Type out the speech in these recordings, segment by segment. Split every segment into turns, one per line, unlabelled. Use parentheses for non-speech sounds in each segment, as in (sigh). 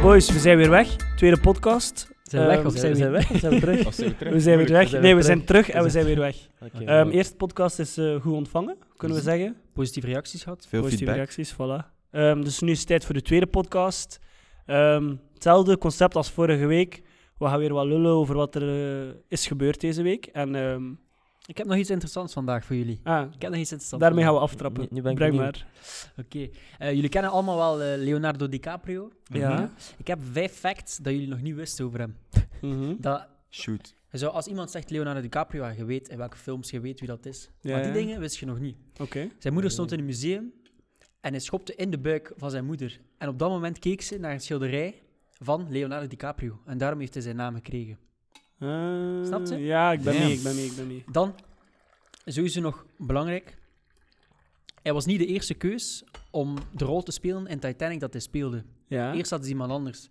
boys, we zijn weer weg. Tweede podcast.
Zijn we weg
Ehm,
of zijn we-
zijn weg? Zijn we
(laughs)
terug?
Of zijn we terug?
We zijn weer
Moeilijk,
weg.
we zijn
Nee,
weer
we zijn terug en we
We
zijn weer weg.
Oké.
Ehm eerste podcast is eh, goed ontvangen, kunnen we zeggen.
Positieve reacties gehad.
Veel
Positieve
feedback.
reacties, voilà. Ehm, dus nu is het tijd voor de tweede podcast. Ehm, hetzelfde concept als vorige week. We gaan weer wat lullen over wat er eh, is gebeurd deze week. En ehm,
Ik heb nog iets interessants vandaag voor jullie.
ah,
Ik heb nog iets interessants.
daarmee gaan
vandaag.
we aftrappen.
Nu- nu ben ik
Breng
benieuwd.
maar.
Oké. Eh, jullie kennen allemaal wel eh, Leonardo DiCaprio.
Ja.
Ik heb vijf facts dat jullie nog niet wisten over hem.
Mhm.
Dat,
Shoot.
je zou- als iemand zegt Leonardo DiCaprio, ja, je weet in welke films, je weet wie dat is.
Ja,
maar die
ja.
dingen wist je nog niet.
Oké.
Zijn moeder stond in een museum en hij schopte in de buik van zijn moeder. En op dat moment keek ze naar een schilderij van Leonardo DiCaprio. En daarom heeft hij zijn naam gekregen.
Eh,
Snapt ze?
Ja, ik ben
Damn.
mee, ik ben mee, ik ben mee.
Dan, sowieso nog belangrijk. Hij was niet de eerste keus om de rol te spelen in Titanic dat hij speelde.
Ja.
Eerst hadden ze iemand anders.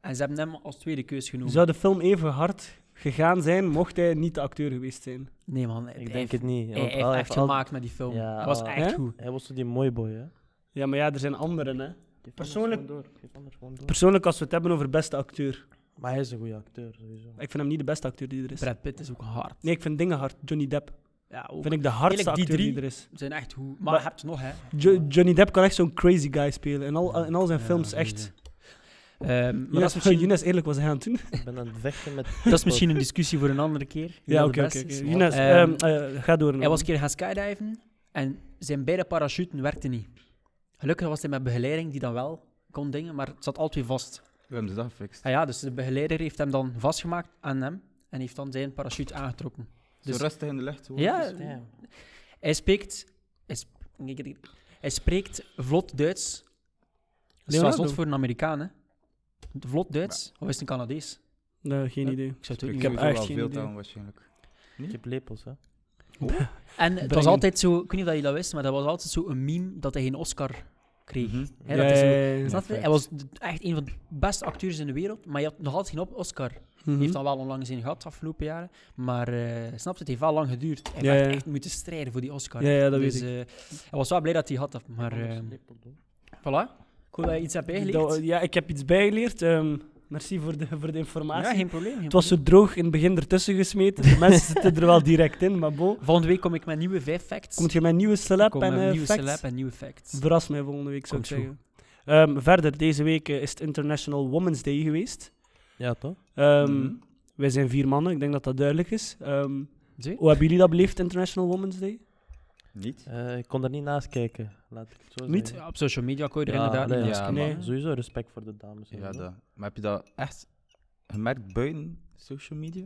En ze hebben hem als tweede keus genomen.
Zou de film even hard gegaan zijn, mocht hij niet de acteur geweest zijn?
Nee man,
Ik denk het niet.
hij
want
heeft
al-
e- echt
al-
gemaakt met die film.
Ja,
Hij was
al-
echt
Hè?
goed.
Hij was zo die mooi boy, hè?
Ja, maar ja, er zijn anderen, hè. Persoonlijk-
Geef anders gewoon door, geef anders gewoon door.
Persoonlijk, als we het hebben over beste acteur.
Maar hij is een goede acteur,
(laughs)
sowieso.
Ik vind hem niet de beste acteur die er is.
Brad Pitt is ook hard.
Nee, ik vind dingen hard. Johnny Depp.
Ja, ook.
Vind ik de hardste
Eerlijk, die
acteur die
drie-
er is.
Ze zijn echt goed. Maar,
Maar-
je hebt nog hè.
Jo- Johnny Depp kan echt zo'n crazy guy spelen. In al, in al zijn films, echt.
Ehm, maar dat is
Junas, (laughs)
misschien,
Junas, eerlijk, wat is hij aan het doen?
Ik ben aan het vechten met... (laughs)
dat is misschien een discussie voor een andere keer. wie
Ja,
dat
oké,
de
oké.
beste
oké.
is.
Jonas,
Ehm,
ehm, eh, ga door.
Hij was een keer gaan skydiven en zijn beide parachuten werkten niet. Gelukkig was hij met begeleiding die dan wel kon dingen, maar het zat altijd vast.
We hebben ze dat gefixt.
Ah ja, dus de begeleider heeft hem dan vastgemaakt aan hem en heeft dan zijn parachute aangetrokken. Dus-
Zo rustig in de lucht. hoor.
Ja,
Dus-
hij spreekt, hij, sp- nee, ik- ik- hij spreekt vlot Duits. Dat is wel
Leonardo?
zot voor een Amerikaan, hè? Vlot Duits? Of is het een Canadees?
Nee, geen idee.
Ik zou het ook
Ik
niet
heb
weten.
echt
wel
geen
veel
idee.
taal waarschijnlijk.
Ik heb lepels, hè?
En het was
Brengen.
altijd zo, ik weet niet of dat jullie dat wisten, maar dat was altijd zo een meme dat hij geen Oscar kreeg.
Mhm.
Hè,
Ja,
dat hij zo-
ja, ja, ja.
Snap je? Hij was de- echt een van de beste acteurs in de wereld, maar je had nog altijd geen op Oscar. Hij
Mhm.
heeft dan wel onlangs een gehad de afgelopen jaren, maar eh snap je, het heeft wel lang geduurd. Hij
Ja,
heeft
ja.
echt moeten strijden voor die Oscar.
Ja, ja, dat weet
dus, eh, hij was wel blij dat hij had, dat, maar eh voilà. Ik hoop dat je iets hebt bijgeleerd.
Dat- Ja, ik heb iets bijgeleerd. ehm, merci voor de, voor de informatie.
ja, geen probleem. geen
Het was zo droog in het begin ertussen gesmeten. De mensen zitten er wel direct in, maar bo.
probleem. Volgende week kom ik met nieuwe vijf facts.
Komt je met nieuwe
Ik
slap
kom
en
met
eh,
nieuwe
facts?
celeb en nieuwe facts.
Verras mij volgende week, zou
Komt
ik zeggen. Ehm, verder, deze week eh, is het International Women's Day geweest.
Ja, toch?
Ehm,
Mhm.
Wij zijn vier mannen, ik denk dat dat duidelijk is. Ehm,
Zie?
hoe hebben jullie dat beleefd, International Women's Day?
Niet?
Eh, ik kon er niet naast kijken, laat ik het zo
Niet?
zeggen.
Ja, op social media kon je er
Ja,
inderdaad
nee,
niet
ja,
naast
maar-
kijken.
Nee.
Sowieso respect voor de dames.
Ja,
sowieso.
dat. Maar heb je dat echt gemerkt buiten social media?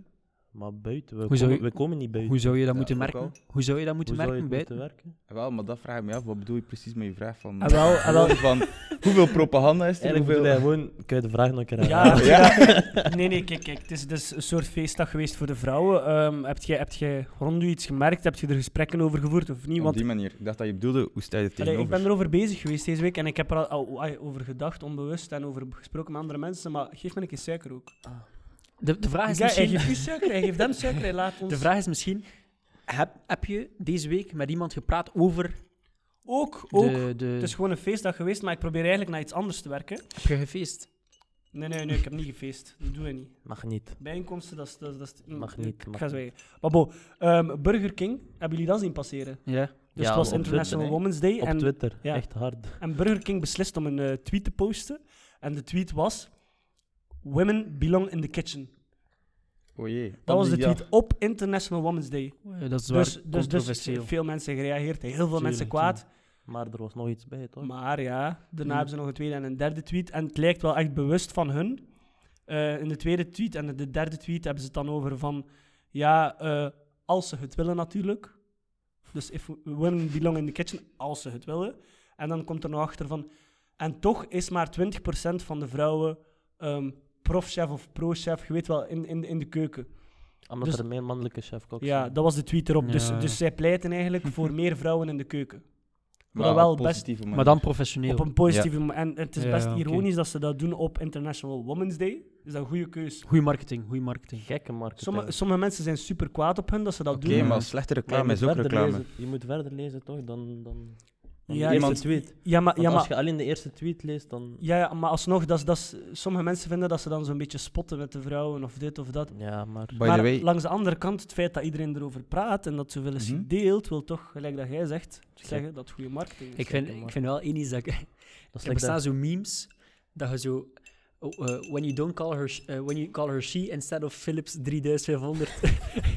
Maar buiten, we,
Hoe zou
komen,
je-
we komen niet buiten.
Hoe zou je dat
Ja,
moeten
ook
merken?
wel.
Hoe zou je dat moeten
Hoe zou je
merken
het
bij
moeten werken?
Ah, Wel, maar dat vraag ik me af. Wat bedoel je precies met je vraag van...
Ah, wel, ah, wel.
(laughs) van hoeveel propaganda is er?
Eigenlijk
Hoeveel...
bedoel hij gewoon... Kun je de vraag nog een keer
Ja,
herhalen?
nee, nee, kijk, kijk. Het is dus een soort feestdag geweest voor de vrouwen. Ehm heb jij heb jij rond u iets gemerkt? Heb je er gesprekken over gevoerd of niet?
Op
Want
die manier. Ik dacht dat je bedoelde, hoe sta je er
Allee, ik
tegenover?
ben erover bezig geweest deze week en ik heb er al, al- ai, over gedacht, onbewust en over gesproken met andere mensen. Maar geef me een keer suiker ook.
De, de vraag is
Ja,
misschien...
Hij geeft u suiker, hij geeft hem suiker, hij laat ons.
De vraag is misschien, heb, heb je deze week met iemand gepraat over
Ook, ook. Dus-
de, de...
Het is gewoon een feestdag geweest, maar ik probeer eigenlijk naar iets anders te werken.
Heb je gefeest?
Nee, nee, nee, ik heb niet gefeest. Dat doen we niet.
(laughs) Mag niet.
Bijeenkomsten, dat is... Dat is, dat is- mm,
Mag
nee,
niet,
Ik
mag
ga zwijgen. Maar bo, ehm, Burger King, hebben jullie dat zien passeren?
Ja.
Dus
Ja,
het was
op
International
Twitter,
Women's Day.
Op
en
Twitter,
ja.
echt hard.
En Burger King beslist om een eh, tweet te posten. En de tweet was... Women belong in the kitchen.
O Oh jee.
Dat was de
Ja.
tweet op International Women's Day.
dat is waar
Dus, dus, dus
controversieel.
veel mensen gereageerd, heel veel mensen
Tuurlijk,
kwaad.
Maar er was nog iets bij, toch?
Maar ja, daarna
Ja.
hebben ze nog een tweede en een derde tweet. En het lijkt wel echt bewust van hun. Eh, in de tweede tweet en in de derde tweet hebben ze het dan over van... Ja, eh, als ze het willen natuurlijk. Dus if women belong in the kitchen, als ze het willen. En dan komt er nog achter van... En toch is maar 20% van de vrouwen ehm profchef of prochef, je weet wel, in, in, in de keuken.
Omdat
Dus-
er meer mannelijke chefkoks
Ja,
zijn.
dat was de tweet erop. Dus,
Ja.
dus zij pleiten eigenlijk voor meer vrouwen in de keuken.
Maar
Maar wel
op
best-
positieve
Maar
manier.
dan professioneel.
Op een positieve manier. En het is
Ja,
best
oké.
ironisch dat ze dat doen op International Women's Day. Is dat een goede keus?
Goeie marketing, goeie marketing.
Gekke marketing.
Sommige, sommige mensen zijn super kwaad op hun dat ze dat
Oké,
doen.
maar slechte
Maar je
reclame
moet
is ook
verder
reclame.
lezen- je moet verder lezen, toch? Dan, dan... Want
Ja,
de eerste
iemand-
tweet.
Ja, maar,
Want
ja,
als
maar,
je alleen de eerste tweet leest, dan...
ja, ja, maar alsnog, dat, is- dat is, sommige mensen vinden dat ze dan zo'n beetje spotten met de vrouwen of dit of dat.
Ja, maar...
By
maar
the way,
langs de andere kant, het feit dat iedereen erover praat en dat zoveel is
Mhm.
gedeeld, wil toch, gelijk dat jij zegt, zeggen dat het goede marketing is.
Ik vind,
maar.
ik vind wel één iets dat ik...
Dat is
Er
like
bestaan
dat...
zo memes dat je zo... oh, eh, when, you don't call her, sh- eh, when you call her she instead of Philips 3500.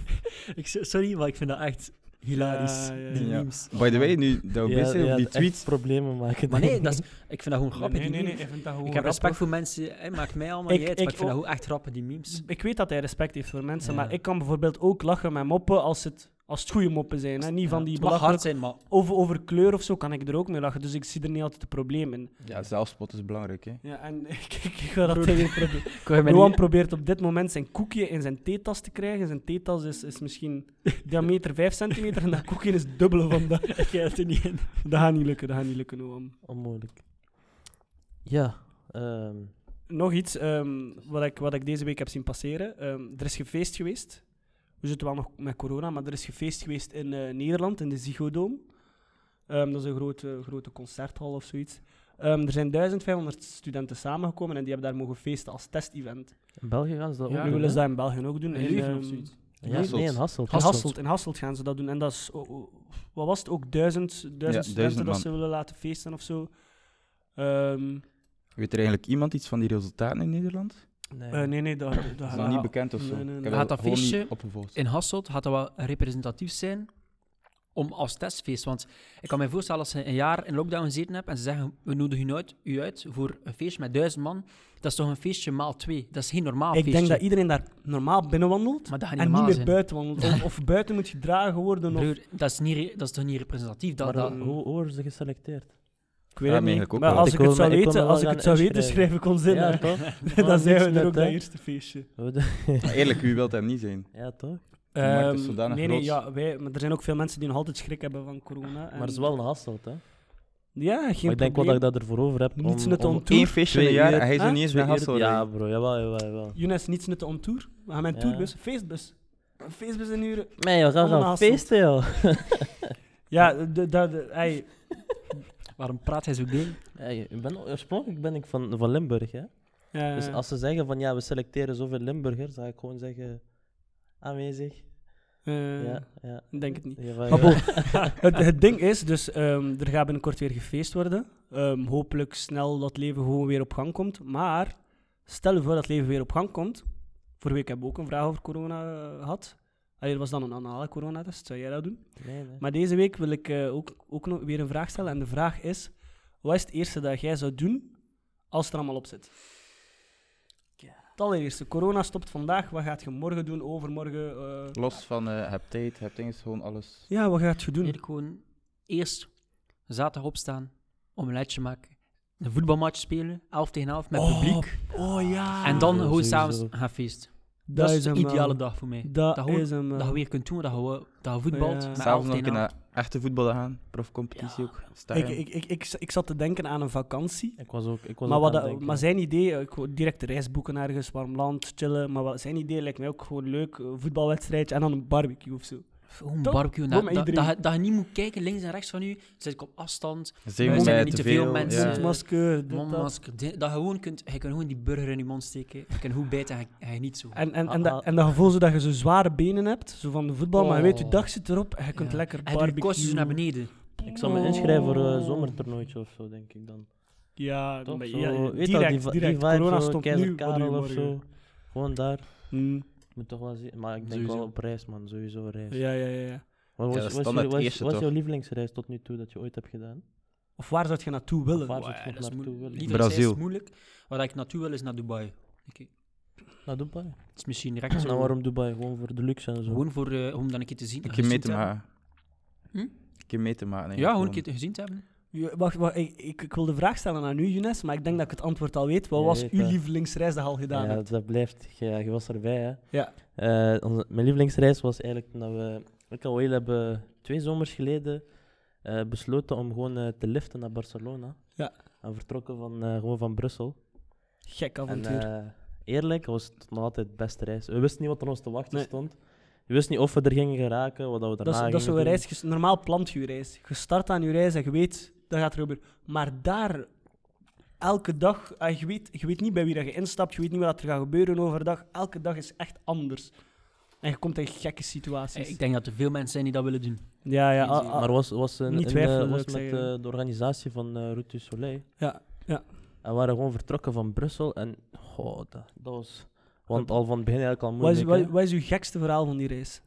(laughs) ik, z- sorry, maar ik vind dat echt hilarisch,
Ja, ja,
die
ja.
memes.
by the way, nu dat we
Ja,
bezig zijn
ja,
op die
echt
tweets.
problemen maken.
Maar nee,
denk
dat
ik.
is, ik vind dat gewoon grappig,
nee, nee, nee,
die memes.
ik vind dat gewoon
Ik heb
grappig.
respect voor mensen, hè, maakt mij allemaal
Ik-
niet uit,
ik
maar ik vind
ook-
dat gewoon echt grappig, die memes.
Ik weet dat hij respect heeft voor mensen,
Ja.
maar ik kan bijvoorbeeld ook lachen met moppen als het, als het goede moppen zijn. Hè? Niet van
Ja,
die
het mag hard
belachelijke...
zijn, maar...
Over, over kleur of zo kan ik er ook mee lachen, dus ik zie er niet altijd een probleem in.
Ja, zelfspot is belangrijk, hè.
Ja, en (laughs) ik, ik, ik wil dat tegen probleem.
Kan je mij
Johan
niet-
probeert op dit moment zijn koekje in zijn theetas te krijgen. Zijn theetas is, is (laughs) misschien diameter 5 centimeter en dat koekje is het dubbele van (laughs) dat.
Ik ga het er niet in.
Dat gaat niet lukken, dat gaat niet lukken, Johan.
Onmogelijk. Ja, ehm,
Nog iets ehm, wat, ik, wat ik deze week heb zien passeren. Ehm, er is gefeest geweest. We zitten wel nog met corona, maar er is gefeest geweest in eh, Nederland, in de Ziggo Dome. Ehm, dat is een grote, grote concerthal of zoiets. Ehm, er zijn 1500 studenten samengekomen en die hebben daar mogen feesten als test-event.
in België gaan ze dat
Ja.
ook
nu
doen,
willen ze
hè?
dat in België ook doen.
In
In,
Leuven
ehm,
of zoiets.
Ja,
Hasselt.
nee, in Hasselt.
in Hasselt, in Hasselt gaan ze dat doen. En dat is, o- o- wat was het, ook duizend, duizend
duizend
studenten dat
man.
ze willen laten feesten of zo. Ehm,
Weet er eigenlijk iemand iets van die resultaten in Nederland?
Nee.
eh, nee, nee, dat, dat,
Dat is
dat-
nog niet bekend of
Ah, nee,
zo.
nee, nee.
Ik heb
Gaat
dat
dat
gewoon niet
feestje
opgevolgd.
in Hasselt gaat dat wel representatief zijn om als testfeest. Want ik kan me voorstellen als ze een jaar in lockdown gezeten hebben en ze zeggen, we nodigen u uit, u uit voor een feestje met duizend man. Dat is toch een feestje maal twee? Dat is geen normaal
Ik
feestje.
denk dat iedereen daar normaal binnenwandelt
maar dat gaat niet
en niet
normaal
meer
zijn.
buiten wandelt. Of, of buiten moet gedragen worden. Of,
Broer, dat is, niet, re- dat is toch niet representatief? Dat,
Maar
dat,
dan, hoe, hoe worden ze geselecteerd?
ik weet
Ja,
het
maar
niet.
eigenlijk ook
Maar
wel.
als
Ik
ik,
wil
het zou
me- ik wil
weten,
me wel
als ik het
gaan
zou weten, schrijf
inschrijven.
ik ons in.
ja,
hè. (laughs)
toch?
Dan
Maar niks
zijn we
net,
er ook,
hè.
dat eerste feestje.
We doen-
Maar eerlijk, wie wil dat niet zijn?
Ja, toch?
markt
Ehm,
is zodanig
nee, nee,
groot.
ja, wij, maar er zijn ook veel mensen die nog altijd schrik hebben van corona. en-
Maar het is wel een Hasselt, hè?
Ja, geen
maar ik denk wel dat
probleem.
ik dat ervoor over heb. om-
Niets nut
om-
on
Eén
tour.
feestje
twee
in een jaar
uur,
en hij is nog
hè?
niet eens
twee
naar
uur-
Hasselt.
Ja,
Ja,
bro, jawel, jawel, jawel.
Younes, niets nut on tour. We gaan mijn
Ja.
tourbus, feestbus. Een Feestbus in uren.
Nee, we gaan
Allemaal
gaan
Hasselt.
feesten, joh.
Ja, de- de- de- ey,
waarom praat hij zo ding?
Hey, ik ben, oorspronkelijk ben ik van, van Limburg, hè?
eh,
Dus als ze zeggen van ja, we selecteren zoveel Limburgers, dan ga ik gewoon zeggen aanwezig.
eh,
ja, ja.
ik Denk het niet.
Jawel,
Maar
ja.
bon, het, het ding is, dus ehm, er gaat binnenkort weer gefeest worden. Ehm, hopelijk snel dat leven gewoon weer op gang komt. Maar stel je voor dat het leven weer op gang komt. Vorige week hebben we ook een vraag over corona eh, gehad. Allee, er was dan een anale coronatest, zou jij dat doen?
(laughs) Nee, nee.
Maar deze week wil ik eh, ook, ook nog weer een vraag stellen. En de vraag is, wat is het eerste dat jij zou doen als het er allemaal op zit? Het allereerste, corona stopt vandaag. Wat gaat je morgen doen, overmorgen? eh?
Los van eh, heb tijd, heb dingen, gewoon alles.
Ja, wat gaat je doen?
Eerlijk gewoon eerst zaterdag opstaan, om een lijstje maken, een voetbalmatch spelen, 11 tegen 11 met
Oh,
publiek.
Oh ja!
En dan
Ja,
gewoon
sowieso.
s'avonds gaan feesten. Dat, is de
hem wel.
ideale dag voor mij.
eh, Dat,
Dat hoort-
is eh, hem wel.
Dat je weer kunt doen, dat je, dat je voetbalt.
Ja.
met elf
S'avonds nog een keer
tegen elf.
naar echte voetballen gaan. Profcompetitie
Ja.
ook. Stadion.
ik, ik, ik, ik, ik zat te denken aan een vakantie.
Ik was ook. Ik was
Maar,
ook
wat,
aan het
dat-
denken.
maar zijn idee, eh, gewoon direct de reis boeken ergens, warm land, chillen. Maar wat, zijn idee lijkt mij ook gewoon leuk. eh, voetbalwedstrijdje en dan een barbecue of zo.
Gewoon een
Toch?
barbecue.
Gewoon met
Dat, dat, dat,
iedereen.
je- dat je niet moet kijken links en rechts van u. Zit ik op afstand.
Zeven
Wij zijn er
bij
niet te veel mensen.
ja.
Mondmasker, dit, dat.
Mondmasker. dit- Dat je gewoon kunt... Je kunt gewoon die burger in je mond steken. Je kunt goed bijten en je, en je niet zo.
En, en, en,
Ah,
dat,
ah.
en dat gevoel zo dat je zo zware benen hebt, zo van de voetbal. Maar je weet, je
Oh.
dag zit erop en je kunt
Ja.
lekker
En je kosten
barbecue.
zo naar beneden.
Ik zal
Oh.
me inschrijven voor een zomertoernooitje of zo, denk ik dan.
Ja,
Toch?
maar
Zo,
ja,
weet
direct,
je wel, die, va-
direct.
die vibe,
Corona
zo,
stopt
Keizer
nu, wat doe je
Karel of
morgen?
zo. Gewoon daar.
Hmm,
Moet toch wel zien. Maar ik denk
Sowieso.
wel op reis, man. Sowieso op reis.
Ja, ja, ja. ja.
Wat
Ja,
was,
dat is
was,
standaard
je- was,
eerste,
was
toch?
jouw lievelingsreis tot nu toe dat je ooit hebt gedaan?
Of waar zou je naartoe willen?
Waar
Wow,
zou je
dat
nog
is
naartoe
moeilijk.
willen?
Lievelingsreis is
Brazil.
moeilijk. Waar ik naartoe wil, is naar Dubai. Oké.
Naar (clears throat) Dubai.
Het is misschien direct zo.
Nou, waarom Dubai? Gewoon voor de luxe en zo.
Gewoon voor, eh, om dan een keer te zien.
Een keer
gezien
mee te
te hebben.
maken.
Hm?
Een keer mee te maken. nee,
Ja, gewoon een keer te- gezien te hebben.
Ja, Wacht, wacht ik, ik, ik wil de vraag stellen aan u, Younes, maar ik denk dat ik het antwoord al weet. Wat
Je
was
weet
uw
dat.
lievelingsreis dat je al gedaan
eh, ja,
hebt?
dat blijft. Ja, je was erbij, hè.
Ja.
Eh, onze, mijn lievelingsreis was eigenlijk dat we... Ik en Wael hebben twee zomers geleden eh, besloten om gewoon eh, te liften naar Barcelona.
Ja.
En vertrokken van, eh, gewoon van Brussel.
Gek
En
avontuur.
eh, eerlijk, het was het nog altijd de beste reis. We wisten niet wat er ons te wachten
Nee.
stond. We wisten niet of we er gingen geraken, wat dat we
dat,
daarna
is, dat is zo'n
gingen doen.
reis, ges- normaal plant je je reis. Je start aan je reis en je weet, dan gaat het gebeuren. Maar daar, elke dag, en je, weet, je weet niet bij wie dat je instapt, je weet niet wat er gaat gebeuren overdag. Elke dag is echt anders. En je komt in gekke situaties.
Eh, Ik denk dat er veel mensen zijn die dat willen doen.
ja, ja,
Easy.
ah, ah,
Maar was, was, een,
Niet
een,
twijfelen,
eh,
zou
was
ik
met
zeggen.
eh, de organisatie van eh Route du Soleil.
ja, ja.
En waren gewoon vertrokken van Brussel. En goh, dat, dat was... Want al van het begin eigenlijk al
Wat is,
moeilijk.
wat,
hè.
wat is uw gekste verhaal van die race?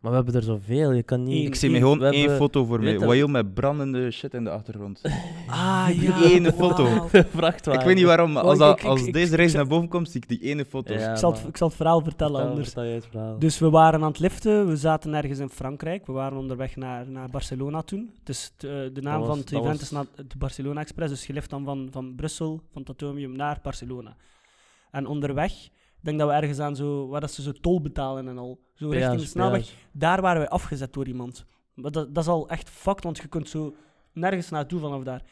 Maar we hebben er zoveel. Je kan niet...
Eén.
Ik zie me
Eén.
gewoon
We
één
hebben-
foto voor
weet
mij.
dat-
Wael met brandende shit in de achtergrond.
Ah,
Die ene foto.
wauw.
(laughs) vrachtwagen.
Ik weet niet waarom, maar
Oh,
als,
ik-
dat-
ik-
als
ik-
deze
ik-
race naar boven komt, zie ik die ene foto.
(laughs)
Ja,
ik, zal het,
maar-
ik zal het verhaal vertellen
Vertel-
anders.
vertel jij het verhaal.
Dus we waren aan het liften, we zaten ergens in Frankrijk, we waren onderweg naar, naar Barcelona toen. Dus de naam
was-
van het
dat
event
was-
is na- de Barcelona Express, dus je lift dan van, van Brussel, van het Atomium, naar Barcelona. En onderweg, ik denk dat we ergens aan zo, waar dat ze zo tol betalen en al, zo richting de
Peage,
snelweg,
peage.
daar waren wij afgezet door iemand. Maar dat, dat is al echt fucked, want je kunt zo nergens naartoe vanaf daar.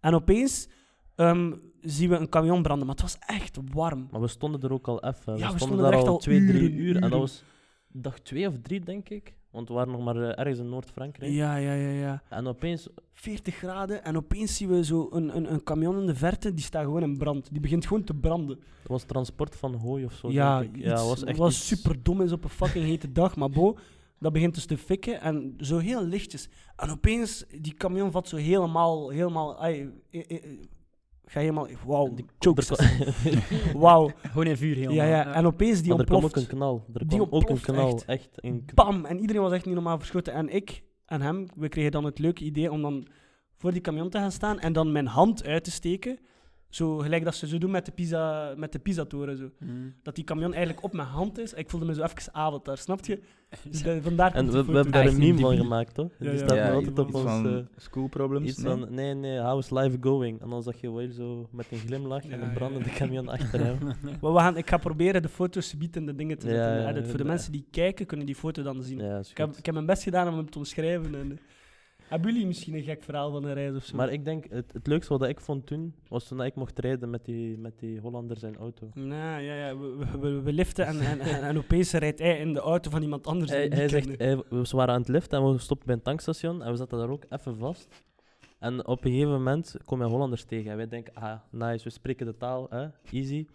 En opeens ehm, zien we een camion branden, maar het was echt warm.
Maar we stonden er ook al even.
Ja, we stonden
we stonden
er
daar
echt
al
al
twee, drie
uren,
uur. En
uren.
dat was dag twee of drie, denk ik. Want we waren nog maar eh, ergens in Noord-Frankrijk.
Ja, ja, ja, ja.
En opeens...
40 graden en opeens zien we zo een, een, een camion in de verte, die staat gewoon in brand. Die begint gewoon te branden.
Het was transport van hooi of zo.
ja,
denk ik.
iets- was super dom is op een fucking hete dag, maar bo, dat begint dus te fikken en zo heel lichtjes. En opeens, die camion vat zo helemaal, helemaal, ai, eh, eh, eh, ga helemaal, wauw,
Die-
chokes.
er
(laughs)
(laughs)
Wauw,
(laughs) Gewoon in vuur helemaal.
ja, ja. En opeens die
Maar er kwam ook
ontploft.
een knal. Er
Die
kwam ook een
ontploft
knal.
echt.
Echt. een kn-
Bam! En iedereen was echt niet normaal verschoten. En ik en hem, we kregen dan het leuke idee om dan voor die camion te gaan staan en dan mijn hand uit te steken. Zo gelijk dat ze zo doen met de pizza, met de pizzatoren. Zo.
(laughs) Mm.
Dat die camion eigenlijk op mijn hand is. Ik voelde me zo even avatar, snap je? Dus da- vandaar
En
komt
we,
die
we
foto.
hebben daar
Echt
een
een
meme van
debiel.
gemaakt, toch?
Ja, ja.
Die staat
Ja,
nog altijd op
iets
ons...
van
eh,
school problems.
Iets
nee?
van, nee, nee, how is life going? En dan zag je Wale zo met een glimlach en
Ja,
een brandende
ja.
camion achter
(laughs)
hem.
Maar we gaan, ik ga proberen de foto's subiet in de dingen te
Ja,
zetten. in de
ja,
edit. Voor de
ja.
mensen die kijken, kunnen die foto dan zien.
Ja, is
Ik, heb,
goed.
ik heb mijn best gedaan om hem te omschrijven. En, eh, hebben jullie misschien een gek verhaal van een reis of zo?
Maar ik denk, het, het leukste wat ik vond toen, was toen ik mocht rijden met die, met die Hollander zijn auto.
Nou ja, ja we, we- we, we liften en, en, en, en opeens rijdt hij in de auto van iemand anders.
Hij,
die
hij
die
zegt,
kende.
hij, we ze waren aan het lift en we stopten bij een tankstation en we zaten daar ook even vast. En op een gegeven moment komen wij Hollanders tegen en wij denken, ah, nice, we spreken de taal, hè, easy.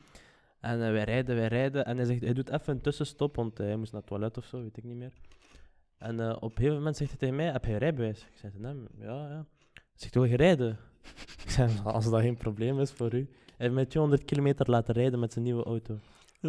En eh, wij rijden, wij rijden en hij zegt, hij doet even een tussenstop, want eh, hij moest naar het toilet of zo, weet ik niet meer. En eh, op een gegeven moment zegt hij tegen mij, heb je rijbewijs? Ik zei, nee, ja, ja. Hij zegt, wil je rijden? Ik zei, als dat geen probleem is voor u. Hij heeft mij 200 kilometer laten rijden met zijn nieuwe auto.
En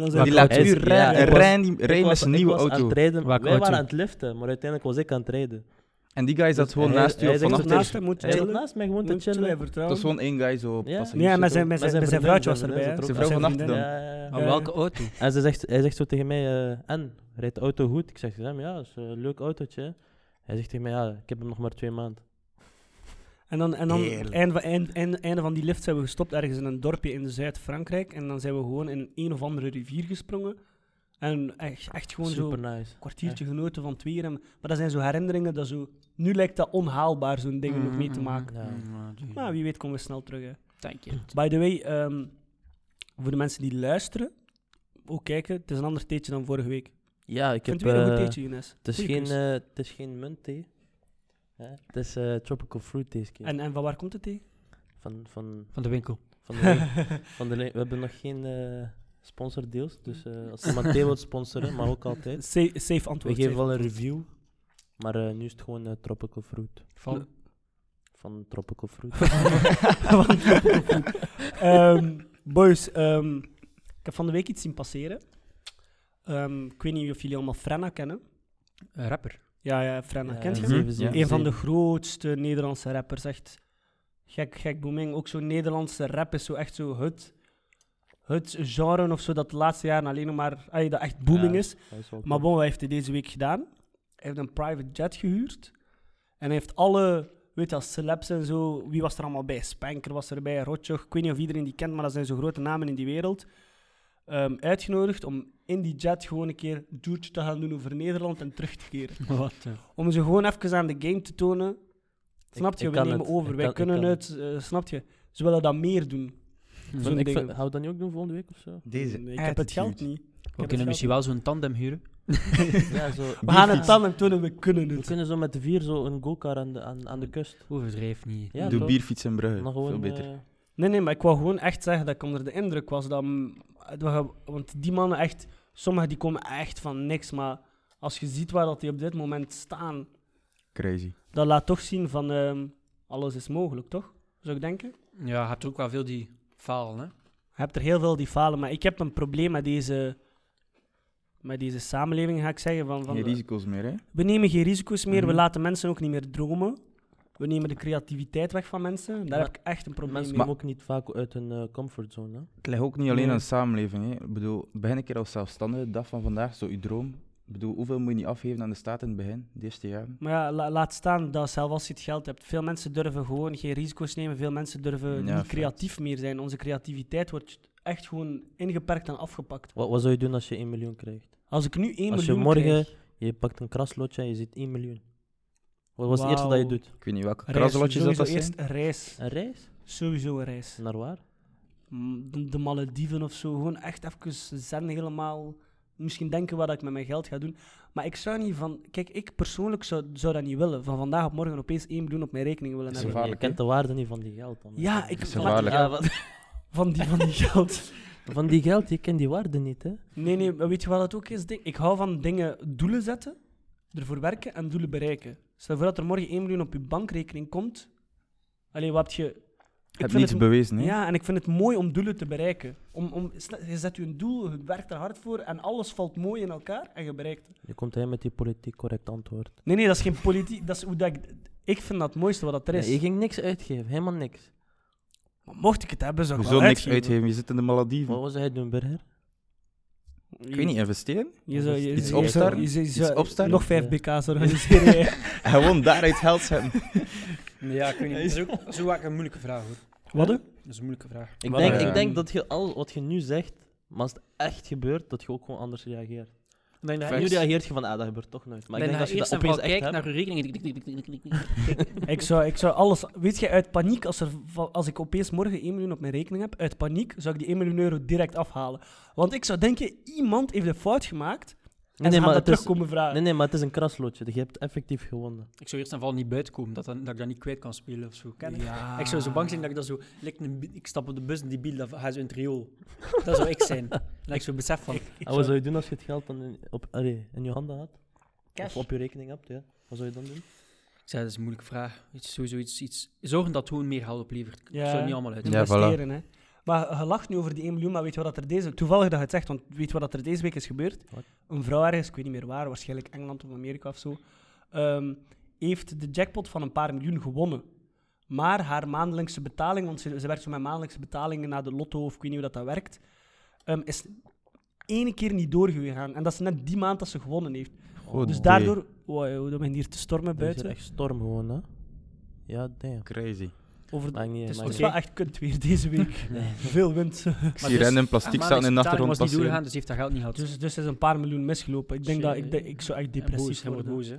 dan
Die
zegt
Maar
laat
hij is-
u
ja,
rijden.
ik was-
Rijn die-
Ik
rij met
was-
zijn
ik
nieuwe
was aan
auto.
het rijden.
Welke
wij
auto?
waren aan het liften, maar uiteindelijk was ik aan het rijden.
En die guy zat
Dus
gewoon
hij-
naast u
hij
op
zegt
vanaf
dat
de-
hij-
naast hem moet
Hij zat
chillen.
naast mij gewoon te
Moet chillen,
chillen.
Dat
vertrouwen.
was gewoon één guy zo op
Ja.
passagiers.
Ja, maar zijn,
zo.
met zijn,
vriendin,
met zijn vrouwtje was
zijn
erbij.
vriendin
hè.
zat
Zijn vrouw
Met
van
vriendin.
achter dan.
Ja, ja, ja.
Maar
Ja.
welke auto?
En ze zegt, hij zegt zo tegen mij, eh, en, rijdt de auto goed? Ik zeg, hem, ja, is een leuk autootje. hè." Hij zegt tegen mij, ja, ik heb hem nog maar twee maanden.
En dan, en dan
Heerlijk.
einde, van, eind- eind- einde van die lift zijn we gestopt ergens in een dorpje in Zuid-Frankrijk. En dan zijn we gewoon in een of andere rivier gesprongen. En echt, echt gewoon zo
Super
een
nice.
kwartiertje genoten van het weer. En, maar dat zijn zo herinneringen dat zo... Nu lijkt dat onhaalbaar, zo'n ding
Mm-hmm,
nog mee te
Mm.
maken.
Ja.
Nou,
Maar wie weet komen we snel terug, hè.
Thank you.
By the way, ehm, voor de mensen die luisteren, ook kijken, het is een ander theetje dan vorige week.
Ja, ik
Ik vind
heb...
het weer een goed
eh,
theetje, Younes.
het, is
Goeie
geen,
keus.
eh, het is geen muntthee. hè. Het is eh, tropical fruit deze keer.
en, en van waar komt het
(laughs)
thee?
Van, van,
Van de winkel.
van de
(laughs)
le- van de le- We hebben nog geen eh sponsordeals, dus eh, als iemand thee wilt sponsoren, maar ook altijd.
Safe, safe antwoord.
We geven
safe. (laughs)
wel een review, maar eh, nu is het gewoon eh, Tropical Fruit.
Van...
Van Tropical Fruit.
Want- (laughs) Ehm, boys, ehm, ik heb van de week iets zien passeren. Ehm, ik weet niet of jullie allemaal Frenna kennen.
Een rapper.
Ja, ja, Frenna.
Ja,
Kent je
ja,
hem?
hem?
zeven, zeven,
Een van de
zeven.
grootste Nederlandse rappers, echt. Gek, gek booming. Ook zo'n Nederlandse rap is zo echt zo het, het genre of zo dat de laatste jaren alleen nog maar, ay, dat echt booming
Ja,
is.
hij is wel
Maar
top.
bon, wat heeft hij deze week gedaan? Hij heeft een private jet gehuurd. En hij heeft alle, weet je, celebs en zo, wie was er allemaal bij? Spanker was erbij, Rotjoch, ik weet niet of iedereen die kent, maar dat zijn zo grote namen in die wereld. ehm, uitgenodigd om in die jet gewoon een keer doetje te gaan doen over Nederland en terug te keren
(laughs) Wat? eh.
om ze gewoon even aan de game te tonen. Snap je?
ik
We
kan
nemen
het.
over,
Ik
wij
kan- ik
kunnen
kan
het. eh, snap je? Ze willen dat meer doen.
Zo'n
Zo'n
Ik vind-
dingen.
Gaan we dat niet ook doen volgende week of zo?
Deze
Nee, ik heb het geld
attitude.
niet.
We
het geld
kunnen misschien wel zo'n tandem huren.
Ja, zo.
(laughs) We gaan het dan en tonen, we kunnen
We
het.
kunnen zo met de vier zo een go-kart aan de, aan, aan de kust.
Overdrijf niet.
Ja,
Doe
toch?
bierfiets in Brugge.
Nog gewoon,
Veel beter.
eh,
Nee, nee, maar ik wou gewoon echt zeggen dat ik onder de indruk was dat... mm, het wa- Want die mannen echt... Sommigen die komen echt van niks, maar als je ziet waar dat die op dit moment staan,
Crazy.
dat laat toch zien van... ehm, alles is mogelijk, toch? Zou ik denken?
Ja, je hebt ook wel veel die falen, hè.
Je hebt er heel veel die falen, maar ik heb een probleem met deze... Met deze samenleving, ga ik zeggen. Van, van
Geen
de-
risico's meer, hè?
We nemen geen risico's meer, we
Mhm.
laten mensen ook niet meer dromen. We nemen de creativiteit weg van mensen. Daar
Maar
heb ik echt een probleem
Mensen
mee.
komen ook niet vaak uit hun eh, comfortzone. Hè?
Het ligt ook niet alleen
Nee.
aan de samenleving. Hè. Ik bedoel, begin een keer als zelfstandige, de dag van vandaag, zo je droom. Ik bedoel, hoeveel moet je niet afgeven aan de staat in het begin, de eerste jaren?
Maar ja, la- laat staan dat zelfs als je het geld hebt, veel mensen durven gewoon geen risico's nemen. Veel mensen durven
Ja,
niet
fact.
creatief meer zijn. Onze creativiteit wordt echt gewoon ingeperkt en afgepakt.
Wat, wat zou je doen als je 1 miljoen krijgt?
Als ik nu 1
Als je
miljoen
morgen-
krijg,
Je pakt een kraslotje en je ziet 1 miljoen. Wat was het eerste dat je
Wauw.
doet?
Ik weet niet welke
reis,
kraslotjes dat
sowieso
dat
eerst
zijn.
een reis.
Een reis?
Sowieso een reis.
Naar waar?
M, Mm, De, de Malediven of zo. Gewoon echt even zen helemaal. Misschien denken wat ik met mijn geld ga doen. Maar ik zou niet van... Kijk, ik persoonlijk zou, zou dat niet willen. Van vandaag op morgen opeens 1 miljoen op mijn rekening willen
Is
hebben.
gevaarlijk,
je kent
hè?
de waarde niet van die geld. Dan.
Ja, ik...
Is
maar-
gevaarlijk.
Ja, wat-
Van die, van die (laughs) geld.
van die geld, je kent die waarde niet. Hè?
Nee, nee, maar weet je wat het ook is? Ding? Ik hou van dingen, doelen zetten, ervoor werken en doelen bereiken. Stel voor dat er morgen 1 miljoen op je bankrekening komt. Alleen wat je.
Je
Ik
hebt
vind
niets
het-
bewezen, hè?
Ja, en ik vind het mooi om doelen te bereiken. Om, om, stel- je zet je een doel, je werkt er hard voor en alles valt mooi in elkaar en je bereikt het.
Je komt hij met die politiek correct antwoord.
Nee, nee, dat is geen politiek. Dat is hoe dat ik, ik vind dat het mooiste wat dat er is.
Nee, je ging niks uitgeven, helemaal niks.
Maar mocht ik het hebben, zou
Je
ik
zult
wel
niks uitgeven, je zit in de Malediven.
Wat was hij doen, Burger?
Ik weet niet,
(laughs)
investeren?
Je zou, je,
Iets
je zou-
opstarten?
je zou- je
Iets
zou
opstarten?
Nog 5
(laughs)
BK's organiseren. ja.
Gewoon daaruit geld zetten.
Ja, ik weet (laughs) niet. Dat is ook zo een moeilijke vraag, hoor.
Wat? hè?
Dat is een moeilijke vraag.
Ik
Maar,
denk,
eh,
ik denk dat je alles wat je nu zegt, maar als het echt gebeurt, dat je ook gewoon anders reageert. Ik denk dat je nu
Facts.
reageert je van, ah, dat gebeurt toch nooit. Maar ik denk dat als je
eerst
dat opeens echt
kijkt
hebt,
naar je rekening...
Ik zou, ik zou alles... Weet je, uit paniek, als, er, va- als ik opeens morgen 1 miljoen op mijn rekening heb, uit paniek zou ik die 1 miljoen euro direct afhalen. Want ik zou denken, iemand heeft een fout gemaakt en
Nee, nee,
ze gaan
maar
dat
het is-
terugkomen vragen.
Nee, nee, maar het is een kraslotje. Je hebt effectief gewonnen.
Ik zou eerst en vooral niet buiten komen, dat, dan- dat ik dat niet kwijt kan spelen of zo. Ken je?
Ja.
Ik zou zo bang zijn dat ik dat zo... lijkt een bi- ik stap op de bus en die biel, dat gaat zo in het riool. Dat zou ik (laughs) zijn. Dat ik zo besef van...
En Ah, wat zou je doen als je het geld dan in, op, allee, in je handen had? Of op je rekening hebt, ja. Wat zou je dan doen?
Ik zei, dat is een moeilijke vraag. Iets, sowieso iets, iets... Zorgen dat het gewoon meer geld oplevert. Ik
Ja.
zou het niet allemaal uit.
Ja,
Investeren, hè. Maar je lacht nu over die 1 miljoen, maar weet je wat dat er deze... Toevallig dat je het zegt, want weet je wat dat er deze week is gebeurd?
Wat?
Een vrouw ergens, ik weet niet meer waar, waarschijnlijk Engeland of Amerika of zo, ehm, heeft de jackpot van een paar miljoen gewonnen. Maar haar maandelijkse betaling, want ze, ze werkt zo met maandelijkse betalingen naar de lotto of ik weet niet hoe dat, dat werkt, ehm, is ene keer niet doorgegaan. En dat is net die maand dat ze gewonnen heeft.
Goed,
Dus daardoor... Wow, dan ben je hier te stormen
Er Oh, is hier
buiten.
echt storm gewoon, hè. Ja, damn.
Crazy.
Over
Maakt niet,
het is,
maakt
het is
niet.
wel echt kut weer deze
(laughs)
week. Veel wind.
Ik zie
dus-
rennen in plastic
Haar
staan in
maandelijkse
de
betaling was
achtergrond
niet doorgaan,
passeren.
dus heeft dat geld niet gehad.
Dus, dus is een paar miljoen misgelopen. Ik denk dat ik, de- ik zou echt depressief
en boos,
worden.
boos, hè.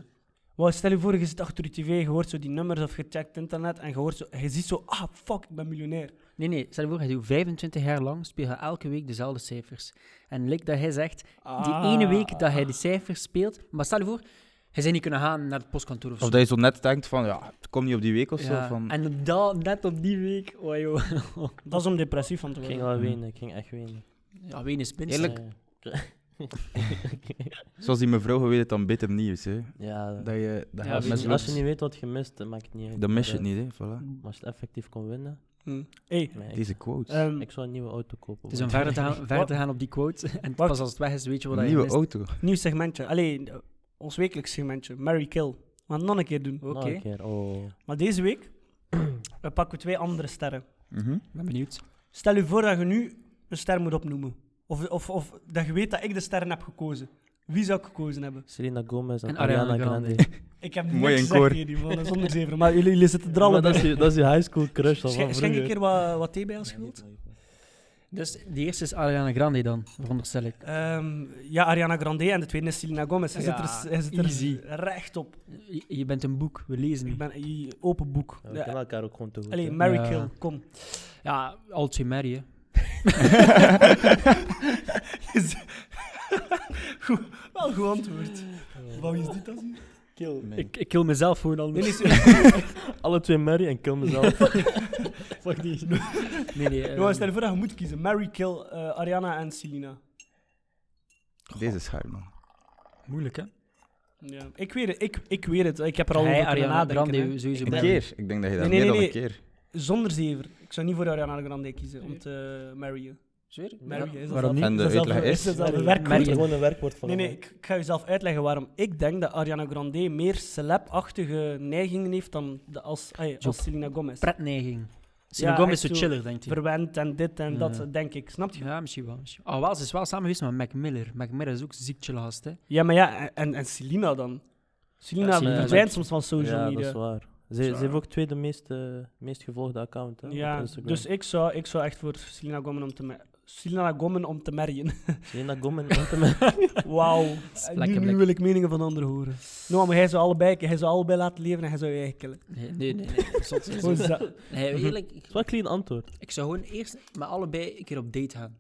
Wow, stel je voor, je zit achter je tv, je hoort zo die nummers of je checkt internet en je, hoort zo, je ziet zo, ah fuck, ik ben miljonair.
Nee, nee, stel je voor, hij doet 25 jaar lang, speel je elke week dezelfde cijfers. En lijkt dat hij zegt, die
Ah.
ene week dat hij de cijfers speelt, maar stel je voor, hij zou niet kunnen gaan naar het postkantoor of zo.
Of dat je zo net denkt van, ja, het komt niet op die week of
dus- Ja,
zo. Van,
En op dat, net op die week, oh joh.
Dat is om depressief van te
Ik
worden.
ging al wenen, ik ging echt wenen.
Ja, ween is minst.
Eerlijk?
Ja, (laughs)
Zoals die mevrouw, je weet het dan beter nieuws, hè.
Ja,
Dat je, dat
Ja, weet
gaat
je,
als,
misloopt.
je, als je niet weet wat je mist, dan maakt het niet uit.
dan mis je
Maar,
het niet, hè. Voilà.
eh, Maar als je het effectief kon winnen,
Hm. Hey,
nee, ik-
Deze quotes.
ehm,
ik zou een nieuwe auto kopen.
Het is om
want-
verder te, gaan, verder te gaan op die quote. (laughs) En
Wacht.
pas als het weg is, weet je wat
Een
hij
nieuwe
mist.
auto.
nieuw segmentje. Allee, eh, ons wekelijks segmentje. Mary Kill. We gaan het nog een keer doen.
Oké,
Nog een keer, oh.
Maar deze
(clears throat)
week we pakken twee andere sterren.
Mhm.
ik ben benieuwd.
Stel je voor dat je nu een ster moet opnoemen. Of, of, of dat je weet dat ik de sterren heb gekozen. Wie zou ik gekozen hebben?
Selena Gomez en,
En Ariana
Ariana
Grande.
Grande. (laughs)
Ik heb
Mooi
niks
in
gezegd
koor.
tegen die mannen, zonder zeven. Maar jullie, jullie zitten er al
Maar
op.
dat, is je, dat is je high school crush al
Schen-
van
Schenk een
vroeger.
keer wat, wat thee bij als je wilt.
Dus de eerste is Ariana Grande dan, veronderstel ik.
Ehm, ja, Ariana Grande en de tweede is Selena Gomez. Hij
Ja,
zit er, hij zit er
easy.
recht op.
Je, je bent een boek, we lezen
Ik
nu.
ben i- open boek.
Ja, we
Ja,
kennen elkaar ook gewoon te goed.
Allee,
hè.
Mary
Ja.
Kill, kom. (laughs)
Ja, all to marry, hè.
Wel goed antwoord. Wat is dit dan? zie?
Kill.
Nee.
Ik, ik kill mezelf gewoon al.
Nee, nee,
Alle twee Mary en kill
(laughs)
mezelf.
Fuck die. Nee, nee. ehm,
Jongens, stel je voor dat je moet kiezen. Mary, kill eh, Ariana en Selena.
Deze is hard, man.
moeilijk, hè?
Ja. Ik, weet het, ik, ik weet het, ik heb er al
Hij,
over kunnen
Ariana
nadenken.
Grande,
hè.
sowieso.
Een
bij.
keer. Ik denk dat je dat
Nee, nee,
meer dan
nee,
een keer...
Zonder zever. Ik zou niet voor Ariana Grande kiezen om te marryen.
Zweer?
Marryen, is dat
Waarom
zelf-
niet?
En de
is dat
uitleg
zelf-
is-
dat zelf een
Mary.
werkwoord?
Mary.
Gewoon een werkwoord van
Nee,
een
nee,
man.
ik, ik ga je zelf uitleggen waarom ik denk dat Ariana Grande meer celeb-achtige neigingen heeft dan de, als, ay,
Job.
als Selena Gomez.
Pretneiging. Selena
Ja,
Gomez
echt
is zo
zo
chiller, denkt hij.
Verwend en dit en
Ja.
dat, denk ik. Snap je?
Ja, misschien wel. Misschien. Oh, wel, ze is wel samen geweest met Mac Miller. Mac Miller is ook een ziek chill gast, hè.
Ja, maar ja, en, en Selena dan? Selena
Ja, Selena
verdwijnt
is-
soms van social
ja, dat
media.
is waar. Ze, ze heeft ook twee de meest, eh, meest gevolgde account hè, op
Ja,
Instagram.
dus ik zou, ik zou echt voor Selena Gomez om te, ma- Selena Gomez om te marryen.
Selena Gomez
(laughs)
en (laughs) Anthem.
Wauw. (laughs)
Splek,
Nu, nu
blek.
wil ik meningen van anderen horen. Nou, maar hij zou allebei, hij zou allebei laten leven en hij zou je eigen killen.
Nee, nee, nee. nee. Zot, zot,
Hoe
zot.
is dat?
Nee, eerlijk, ik,
Dat is wel een clean antwoord.
ik zou gewoon eerst met allebei een keer op date gaan.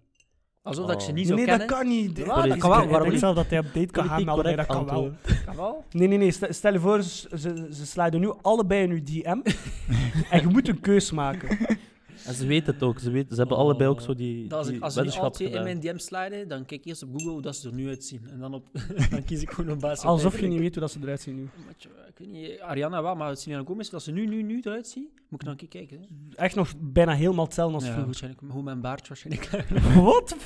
Alsof dat ik ze
Oh.
niet
Nee,
zou
nee, dat
kennen.
kan niet.
Ja, dat kan wel,
Ik
waarom
denk
niet?
zelf dat hij op date kan gaan
Politiek
met allebei, dat
correct
kan wel.
antwoord.
kan wel.
Nee, nee, nee. Stel, stel je voor, ze, ze, ze sliden nu allebei in uw
(laughs)
DM en je moet een keus maken.
En ze weten het ook. Ze, weten, ze hebben
Oh.
allebei ook zo die,
Dat Als,
die
ik, als ze die alle
weddenschap
twee in
gedaan.
mijn DM sliden, dan kijk ik eerst op Google hoe dat ze er nu uitzien. En dan, op, (laughs) dan kies ik gewoon op basis van
Alsof je
uiterlijk.
niet weet hoe dat ze eruit zien nu.
Maar tja, Ik weet niet, Ariana wel, maar Selena Gomez, als ze nu, nu, nu eruit zien, moet ik dan een keer kijken. Hè?
Echt nog bijna helemaal hetzelfde als
ja, (laughs)
vroeger.
waarschijnlijk. Hoe mijn baard waarschijnlijk. (laughs)
Wat?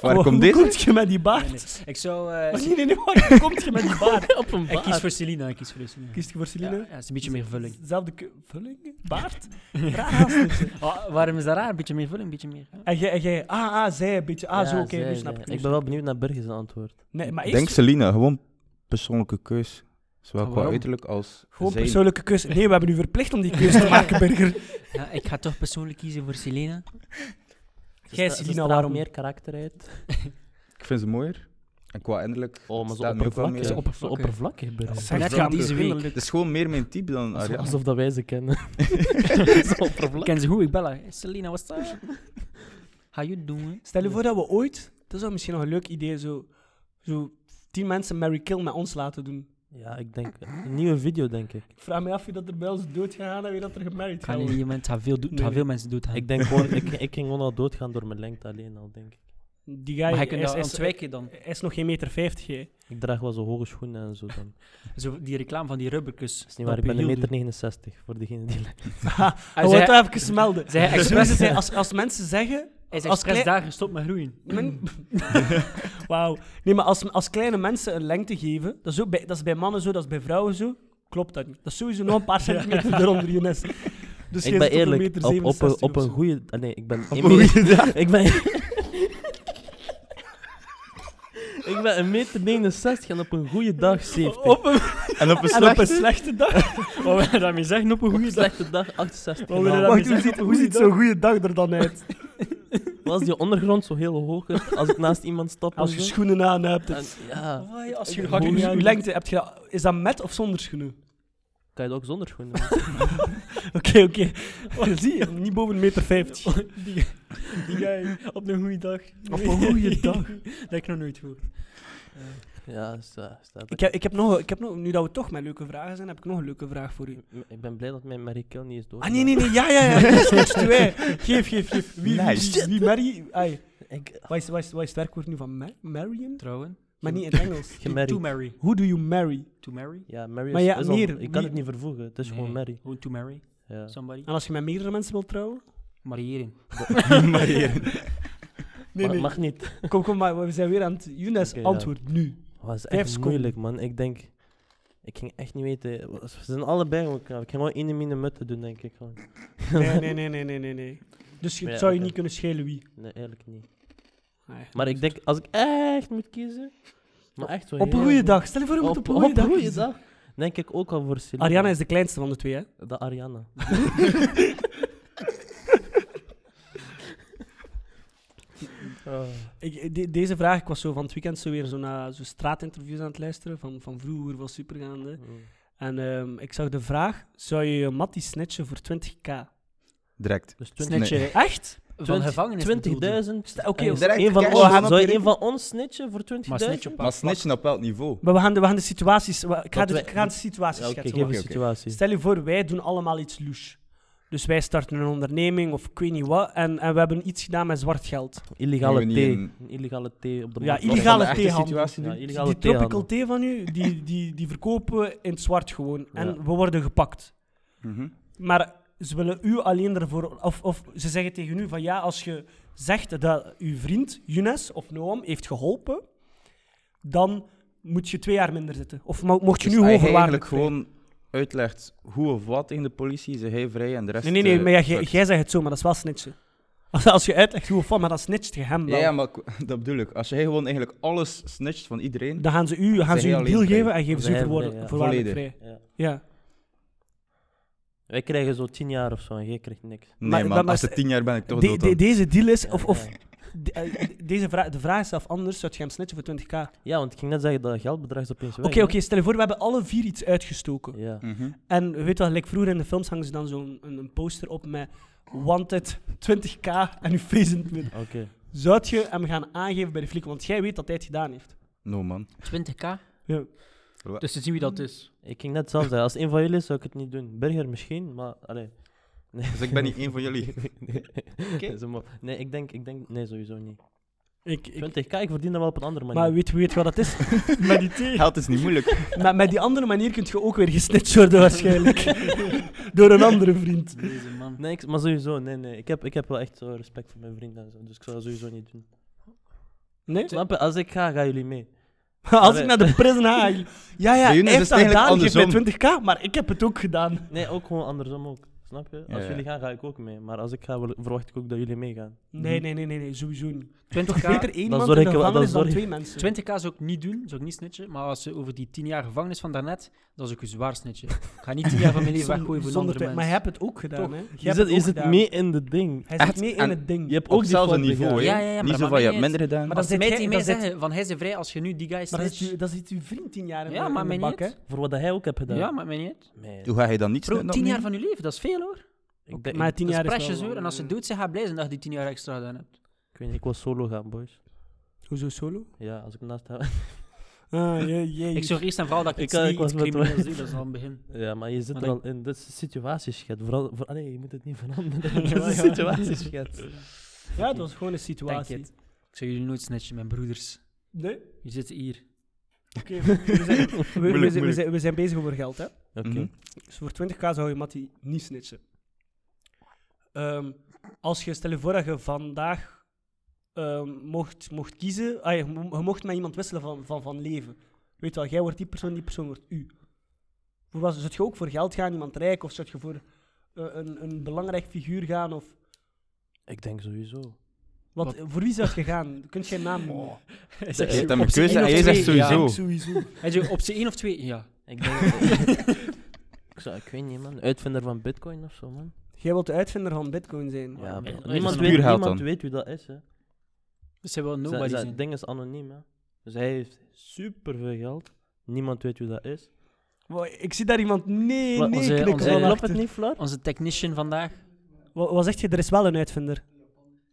Waar
Hoe
komt deze?
komt je met die
Nee,
baard? Oh,
nee. Ik zou... eh,
Nee, nee, nee. Waar komt je
(laughs)
met die baard?
Op een
ik kies
baard.
voor Selena, ik kies voor Selena.
Kies je voor
Ja,
Celine?
ja, het is een beetje meer vulling.
Zelfde keu- vulling? Baard? Raar gastje.
(laughs) Ah, waarom is dat raar? Een beetje meer vulling, een beetje meer... hè?
En jij, en jij, ah, ah, zij een beetje, ah,
Ja,
zo, oké,
zij,
nu
zij.
snap ik. nu
Ik ben
snap
wel benieuwd naar Burgers antwoord.
ik. Nee, maar eerst
Denk Selina, gewoon persoonlijke keus. Zowel
Ah,
qua
waarom?
uiterlijk als
gewoon
zijn.
persoonlijke keus. Nee, we hebben u verplicht om die keus
(laughs)
te maken, burger.
Ja, ik ga toch persoonlijk kiezen voor Selena.
Ze
Jij,
stra- ze
Selina,
straalt
waarom?
meer karakter uit.
Ik vind ze mooier. En qua innerlijk
Oh, maar zo
staat me ook wel
oppervlakkig.
meer.
Zo
Het
oppervlakkig.
oppervlakkig, Burgers.
Zeg,
Net
ja,
van deze week.
(laughs)
vriendelijk.
is gewoon meer mijn type dan
Alsof,
Ariana.
alsof dat wij Ah, ze kennen. Zo
Ik
oppervlakkig.
ken ze goed, ik bel haar. Hey, Selena, what's up? (laughs) How you doing?
Stel je voor dat we ooit, dat zou misschien nog een leuk idee, zo, zo tien mensen Mary Kill met ons laten doen.
Ja, ik denk... Een nieuwe video, denk ik.
Ik vraag me af wie dat er bij ons dood gegaan en wie dat er gemarried
Ik ga
gaat
niet
worden.
iemand, het gaat veel, do- het
Nee,
gaat
nee.
veel mensen dood hebben.
Ik denk gewoon... Ik, ik ging gewoon al doodgaan door mijn lengte alleen al, denk ik.
Die guy
Maar hij
hij
kan
is,
dat
is,
ontwijken dan.
hij is nog geen meter vijftig, hè.
Ik draag wel zo hoge schoenen en zo dan.
Zo, die reclame van die rubberkus.
Dat is niet waar, ik ben een meter 69, voor degene die...
Hij wordt daar even smelden.
Zij
Dus
expres-
mensen zeggen- als, als mensen zeggen...
Is
als
expres
klei-
daar gestopt met groeien.
(laughs)
(laughs)
Men- Wauw. Nee, maar als, als kleine mensen een lengte geven, dat is, ook bij, dat is bij mannen zo, dat is bij vrouwen zo, klopt dat niet. Dat is sowieso nog een (laughs) paar centimeter eronder, Younes. Dus jij
ik
zit
ben
op, een
eerlijk,
meter
op, op,
67
een, op
of
een
zo.
goede... ah, Nee, ik ben...
Op
één
een
meter-
(laughs)
goede dag.
ik ben... (laughs) ik ben een meter 69 en op een goede
(laughs)
dag 70.
Op een,
(laughs) En op een
en op een
slechte.
slechte (laughs) dag.
Wat wil je daarmee zeggen? Op een
Op een slechte dag 68.
Wat wil je
Nou,
daarmee zeggen? hoe ziet zo'n goede dag er dan uit?
Was die ondergrond zo heel hoog als ik naast iemand stap?
Als
en
je
zo?
schoenen aan hebt.
En, ja,
Als
Je
je
hak-
hakken
je- je lengte, heb je dat- is dat met of zonder schoenen? (laughs)
kan je dat ook zonder schoenen doen?
Oké, oké. (laughs) Zie je, niet boven een meter vijftig.
Die, die guy, op een goede dag.
Op een
(laughs)
goeie dag.
Dat ik nog nooit gehoord.
Ja, eh, sta, sta
Ik heb, ik, heb nog, ik heb nog, nu dat we toch met leuke vragen zijn, heb ik nog een leuke vraag voor u.
M- ik ben blij dat mijn Marie Kill niet is door.
Ah, nee, nee, nee. Ja, ja, (laughs) ja. Dat is niks te wij. Geef, geef, geef. Wie,
Nice.
wie, wie, Mary... Ai,
Ik,
wat is, wat is, wat is het werkwoord nu van ma- marryen?
Trouwen.
Maar niet in het Engels.
gemarried.
To marry.
Who do you marry?
To marry?
Ja, Mary is,
Maar ja,
is al-
meer,
Ik kan
wie-
het niet vervoegen, het is
Nee,
gewoon Mary.
Gewoon to marry
Ja.
somebody.
En als je met meerdere mensen wilt trouwen?
Mariëren.
Maar hier-
Nee,
Maar
nee.
mag niet.
Kom, kom, maar we zijn weer aan het... Younes,
Oké, ja.
antwoord
(laughs)
nu.
was
Vijf
echt
seconden.
moeilijk, man. Ik denk... Ik ging echt niet weten. Ze zijn allebei gewoon knap. Ik ging gewoon één in mijn mutten doen, denk ik. Gewoon.
Nee, nee, nee, nee, nee, nee. nee. Dus je,
Ja,
het zou je
oké.
niet kunnen schelen wie.
Nee, eerlijk niet.
Nee.
Maar ik denk, als ik echt moet kiezen... Maar echt zo
Op een
heel
goede
goed-
dag. Stel je voor, je moet op een goede dag
goeie
kiezen.
dag. Denk ik ook al voor Celine.
Ariana is de kleinste van de twee, hè?
De Ariana.
Ik, de- deze vraag, ik was zo van het weekend zo weer zo naar zo straatinterviews aan het luisteren. Van, van vroeger was supergaande. En ehm, ik zag de vraag: zou je je mattie snitchen voor 20k?
Direct.
Dus 20...
Snitch.
Snitje.
Echt?
van gevangenis
20.000.
dus.
Stel, Oké,
Direct
een van
cash
ons-
aan op
zou je
je
een van ons snitchen voor 20.000?
Maar snitch op
Maar snitchen op welk niveau?
Maar we gaan de, we gaan de situaties... we- ik ga
Wat
de,
wij-
ik ga de situaties
Ja, Oké,
schetsen.
geef een
wacht.
oké.
situatie.
Stel je voor, wij doen allemaal iets louche. Dus wij starten een onderneming of ik weet niet wat. En, en we hebben iets gedaan met zwart geld.
Illegale
Doen we
thee.
niet een-
Illegale thee op de
Ja,
markt.
Los van
illegale
de echte
theehandel.
situatie
Ja,
doen?
illegale
Dus die
theehandel.
tropical thee van u, die, die, die verkopen we in het zwart gewoon. En
Ja.
we worden gepakt.
Mhm.
Maar ze willen u alleen ervoor... Of, of ze zeggen tegen u van ja, als je zegt dat uw vriend Younes of Noam heeft geholpen, dan moet je twee jaar minder zitten. Of mo- mocht je
Dus
nu
hij
hoogwaardig
eigenlijk gewoon uitlegt hoe of wat tegen de politie, ze hij vrij en de rest...
Nee, nee, nee,
eh,
maar ja, jij
fuck.
jij zegt het zo, maar dat is wel snitchen. (laughs) Als- Als je uitlegt hoe of wat, maar dan snitcht je hem wel.
Ja, ja, maar ik- dat bedoel ik. Als jij gewoon eigenlijk alles snitcht van iedereen...
Dan gaan ze u gaan
Zijn
ze u
heel
een deal
alleen vrij.
geven en geven ze u
Zijn heel
voorwaardelijk
vrij, ja.
voorwaardelijk
Volledig.
vrij.
Ja.
Ja.
Wij krijgen zo 10 jaar of zo en jij krijgt niks.
Nee,
maar-
man,
maar- maar-
als het tien jaar ben ik toch
De-
dood
de-
dan.
deze deal is...
Ja,
Dus Of, of
ja.
de- eh, de- deze vraag, de vraag is zelf anders. Zou je hem snitchen voor 20k? Oké,
Ja, want ik ging net zeggen dat geldbedrag is opeens weg.
oké.
hè.
stel je voor, we hebben alle vier iets uitgestoken.
Ja.
Mhm.
En weet je wel, like vroeger in de films hangen ze dan zo'n een, een poster op met... Wanted, 20k en uw face in het midden.
Oké.
Zou je hem gaan aangeven bij de flikker? Want jij weet dat hij het gedaan heeft.
No, man.
20k.
Ja.
Dus dan zien wie dat is.
Ik ging net zelf zeggen, als het een van jullie is, zou ik het niet doen. Burger misschien, maar... Allee.
(laughs)
Nee.
Dus ik ben niet één van jullie.
(laughs) nee. Zo maar- nee, ik denk, ik denk... Nee, sowieso niet.
Ik, ik-
20k, ik verdien dat wel op een andere manier.
maar weet, weet je wat dat is? met die thee.
Geld is niet moeilijk.
Maar met die andere manier kun je ook weer gesnitcht worden waarschijnlijk. Door een andere vriend.
Deze man.
Nee, ik- maar sowieso, nee, nee. Ik heb, ik heb wel echt zo respect voor mijn vrienden en zo, dus ik zou dat sowieso niet doen.
Nee?
Snap je? Als ik ga, gaan jullie mee.
Als ik naar de prison ga... hij- Ja, ja,
Bij
hij
Younes
heeft
is
dat
het eigenlijk
gedaan, geef mij
andersom.
20k, maar ik heb het ook gedaan.
Nee, ook gewoon andersom ook. Snap je?
Ja,
Als
ja.
jullie gaan, ga ik ook mee. Maar als ik ga, wil- verwacht ik ook dat jullie meegaan.
Nee, nee, nee, nee, nee sowieso niet. (laughs)
20k,
Beter één
Dan
man in
zorg
de
ik wel- dan
gevangenis dan
zorg ik-
twee mensen.
20k zou ik niet doen, zou ik niet snitchen. Maar als je over die 10 jaar gevangenis van daarnet, dan zou ik je zwaar snitchen. Ik ga niet 10 jaar van mijn leven
Zonder-
weggooien voor een
zonder
andere
twijfel.
mens.
Maar je hebt het ook gedaan,
Toch.
hè? Je hebt
Je
het
zit,
ook
je zit
gedaan.
mee in de ding.
Hij
Echt?
zit mee in
En
het ding.
Je hebt ook
Op
die
hetzelfde
fout
niveau, hè.
Ja,
begaan.
ja, ja, maar
niet
dat
zo van,
maakt
je
niet
hebt minder gedaan.
Maar dat
Maar als ze
zit
mij
jij-
tegen mij
dat zit-
zeggen, van hij is vrij als je nu die guy
Maar dat zit,
snitcht.
u- dat zit uw vriend tien jaar in,
Ja,
de-
maar
in de
mij
bak,
niet.
hè?
Voor wat hij ook hebt gedaan.
Ja, maakt mij niet uit.
Nee,
Hoe ga je dan niet
Bro,
snel-
10 jaar
opnieuw?
van je leven, dat is veel hoor.
ik, denk-
Maar
ik,
tien
Dat
jaar
is
is
precious
wel-
hoor. En als je dood bent, ga je blij zijn dat je die 10 jaar extra gedaan hebt.
ik weet niet, ik wil solo gaan, boys.
Hoezo solo?
Ja, als ik naast hem... (laughs)
Ah, jee, jee.
Ik zorg eerst en vooral dat ik,
Ik,
iets,
eh, ik
niet
was
iets
met-
crimineels doe, dat is al een begin.
Ja, maar je zit
Maar
er
dan-
al in. Dat is situatieschet. Vooral, voor, allee, je moet het niet veranderen.
Ja,
dat is
ja.
situatieschet.
Ja, het was gewoon een situatie.
Denk Ik zou jullie nooit snitchen, mijn broeders.
Nee?
(laughs)
Jullie zitten hier.
Oké, we- we zijn- we- we- we-
Moeilijk,
we- we-
moeilijk.
we- we zijn bezig over geld, hè?
Oké.
Mhm.
Dus voor 20k zou je Matty niet snitchen. Ehm, als je, stel je voor dat je vandaag ehm, mocht, mocht kiezen, ah, je, mo- je mocht met iemand wisselen van, van, van leven. Weet wel, jij wordt die persoon, die persoon wordt u. Voor wat, zou je ook voor geld gaan, iemand rijk, of zou je voor eh, een, een belangrijk figuur gaan? Of,
Ik denk sowieso.
want eh, voor wie zou je gaan? Kun je een
Oh.
naam noemen?
Hij
Je hebt
zegt
hem een
op z'n één
keuze en
of
jij zegt
twee, ja.
sowieso.
Sowieso.
Hij zegt op z'n één of twee, ja.
Ik denk. ik, zou, ik weet niet, man. Uitvinder van Bitcoin of zo, man.
Jij wilt de uitvinder van Bitcoin zijn.
Ja,
maar-
bro.
maar
niemand
is
weet,
puur geld
niemand
dan?
weet wie dat is, hè.
Dus hij wil
Zijn-
nobody
zijn
zijn.
ding is anoniem, hè. Dus hij heeft superveel geld. Niemand weet wie dat is.
Wow, ik zie daar iemand nee,
Wa-
nee
onze-
knikken
onze-
van
Klopt
achter.
het niet, Fleur?
Onze technician vandaag.
Wa- Wat zeg je? Er is wel een uitvinder.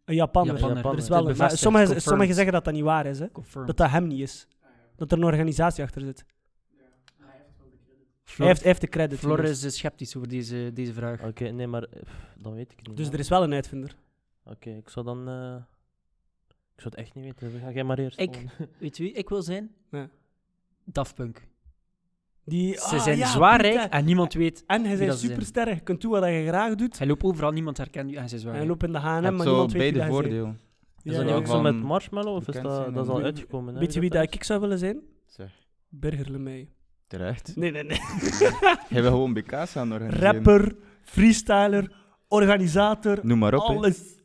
Een Japanner.
Japaner.
Japaner.
Er is
Het
wel een, maar
bevestigd,
sommigen,
confirmed.
sommigen zeggen dat dat niet waar is, hè?
Confirmed.
dat dat hem niet is. Dat er een organisatie achter zit. Hij
Flor-
heeft, hij heeft de credit.
Flor
jongens.
is eh, sceptisch over deze, deze vraag.
Oké, nee, maar eh, pff, dan weet ik het niet.
Dus
man.
er is wel een uitvinder.
Oké, ik zou dan. eh, ik zou het echt niet weten. Ga jij maar eerst.
(laughs)
Ik-
gewoon.
Weet je wie ik wil zijn?
Ja.
Daft Punk.
Die,
Ze
ah,
zijn
ja,
zwaar
Pieter.
rijk en niemand weet.
En hij
wie
zijn
dat zijn.
supersterren. Je kunt doen wat je graag doet.
Hij loopt overal, niemand herkent u en ze is zwaar
En
rijk.
loopt in de H&M, maar
Heb zo
niemand weet wie
beide
dat je bent.
voordeel.
Is dat
Ja,
niet ook
ja.
zo
van-
met Marshmallow of is
bekend
dat,
zijn
dat is
en-
al
Wie-
uitgekomen? hè,
Weet je wie dat
dat
ik zou willen zijn?
Zeg,
Burger Lemay.
terecht.
Nee, nee,
(laughs)
nee.
Jij wil gewoon BK's aan organiseren.
Rapper, freestyler, organisator,
Noem maar op, hè.
alles.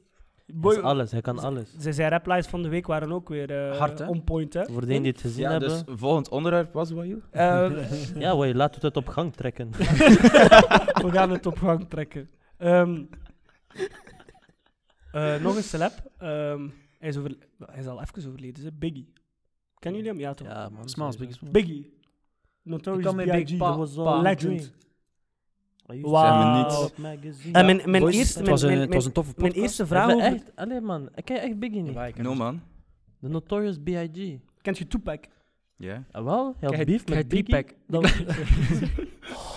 Hij
Boy,
is alles, hij kan alles.
Ze zijn replies van de week waren ook weer eh
Hard, hè?
on point,
(laughs)
hè?
Voor degenen die het gezien
Ja, dus
hebben.
volgend onderwerp was wat, joh?
Eh,
Ja, wauw, je laat het op gang trekken.
(laughs) we gaan het op gang trekken. Ehm, eh, nog een celeb. Ehm, hij, is over, hij is al even overleden, hè? Biggie. Kennen jullie hem? Ja, toch?
ja, man.
Smalls,
sowieso.
Biggie Smalls.
Biggie.
Ik
Notorious
kan mijn
B.I.G.
Big Pa.
was al-
pa-
Leg-
Legend.
Dre. I used to
Wauw.
have
Zijn
a magazine.
En mijn, mijn,
Boys,
eerste,
het, was
mijn,
een,
mijn,
het was een toffe
mijn
podcast.
eerste
Ja,
vraag
maar
over...
echt, allee man, ik ken echt Biggie niet.
No man.
De Notorious B.I.G.
Kent je Tupac?
Ja.
Ah, wel, hij
Kijk,
had beef met
kijk,
Biggie.
(laughs) Tupac.
(laughs)
Dan...
Oh.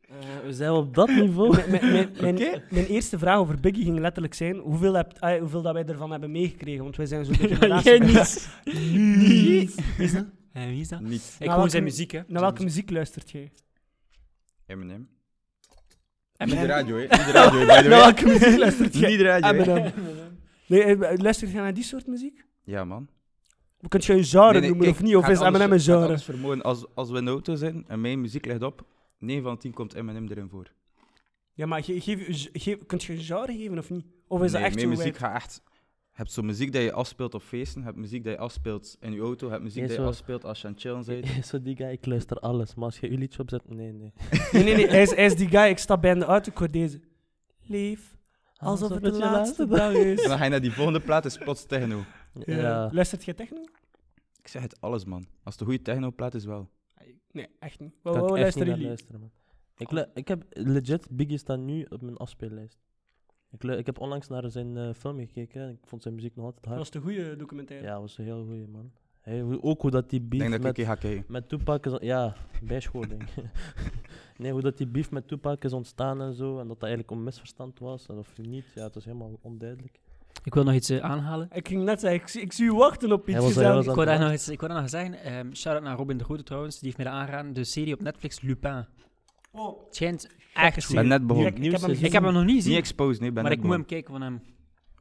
Eh, we zijn op dat niveau.
Mijn, mijn, mijn,
(laughs)
mijn- mijn eerste vraag over Biggie ging letterlijk zijn hoeveel, hebt, ah, hoeveel dat wij ervan hebben meegekregen, want wij zijn zo de
(laughs)
generatie...
Wie is dat? Eh, Wie is dat?
Niet.
Nou,
Ik
welke
hoor zijn
mu-
muziek, hè.
Naar welke muziek luistert
(laughs)
jij?
Eminem.
En
Niet de
mijn-
radio, hè. Niet de
(laughs)
radio, by the
Naar
way.
welke muziek luistert jij?
Niet de radio, hè.
Eminem. Nee, eh, luistert jij naar die soort muziek?
Ja, man.
Kunt je een genre
Nee, nee,
noemen
kijk,
of niet? Of
gaat
is
anders-
Eminem een
gaat
genre?
anders vermoeden. Als, als we in de auto zijn en mijn muziek legt op, 9 van 10 komt Eminem erin voor.
Ja, maar ge- geef, ge- geef- kunt je een genre geven of niet? Of is
nee,
dat echt
mijn
zo
muziek
wijd?
gaat echt... Je hebt zo'n muziek dat je afspeelt op feesten, je hebt muziek dat je afspeelt in je auto, je hebt muziek
Nee,
dat je
zo-
afspeelt als je aan het chillen bent.
Zo die guy, ik luister alles. Maar als je uw liedje opzet, nee, nee.
Nee, nee, nee. Hij is, hij is die guy. Ik stap bij in de auto, ik hoor deze. Leef,
Ah,
alsof, het de laatste dag
(laughs) En
is.
dan ga je naar die volgende plaat, is plots techno.
Ja.
Ja. Luistert jij techno?
Ik zeg het alles, man. Als het een goede techno plaat is, wel.
Nee, echt niet.
Kan
Wow, wow,
ik echt
Oh, luister
niet naar
jullie.
luisteren, man. Ik, lu- ik heb legit, Biggie staat nu op mijn afspeellijst. Ik, lu- ik heb onlangs naar zijn eh, film gekeken en ik vond zijn muziek nog altijd
Dat
hard.
was de goede documentaire.
Ja, was een heel goeie, man. Hey, hoe- ook hoe dat die
Ik
beef
denk dat ik een
met,
keer ga kijken.
met Tupac is... on- Ja, bijscholing. (laughs) nee, hoe dat die beef met Tupac is ontstaan en zo. En dat dat eigenlijk een misverstand was en of niet. Ja, het is helemaal onduidelijk.
Ik wil nog iets eh, aanhalen.
Ik ging net zeggen, ik zie, ik zie u wachten op iets
was er, hij
gezellig.
was
Ik
aan
wou
het
daar nog iets, ik wou daar nog zeggen. ehm Shout-out naar Robin de Goede trouwens. Die heeft mij dat aangeraden. De serie op Netflix, Lupin.
Oh,
Het schijnt echt
Ik ben
goed.
net begonnen.
ik,
nieuws
ik heb hem
is-
gezien.
Ik heb hem nog niet gezien,
Niet exposed, nee, ben
maar
net
ik moet hem
begonnen.
kijken van hem.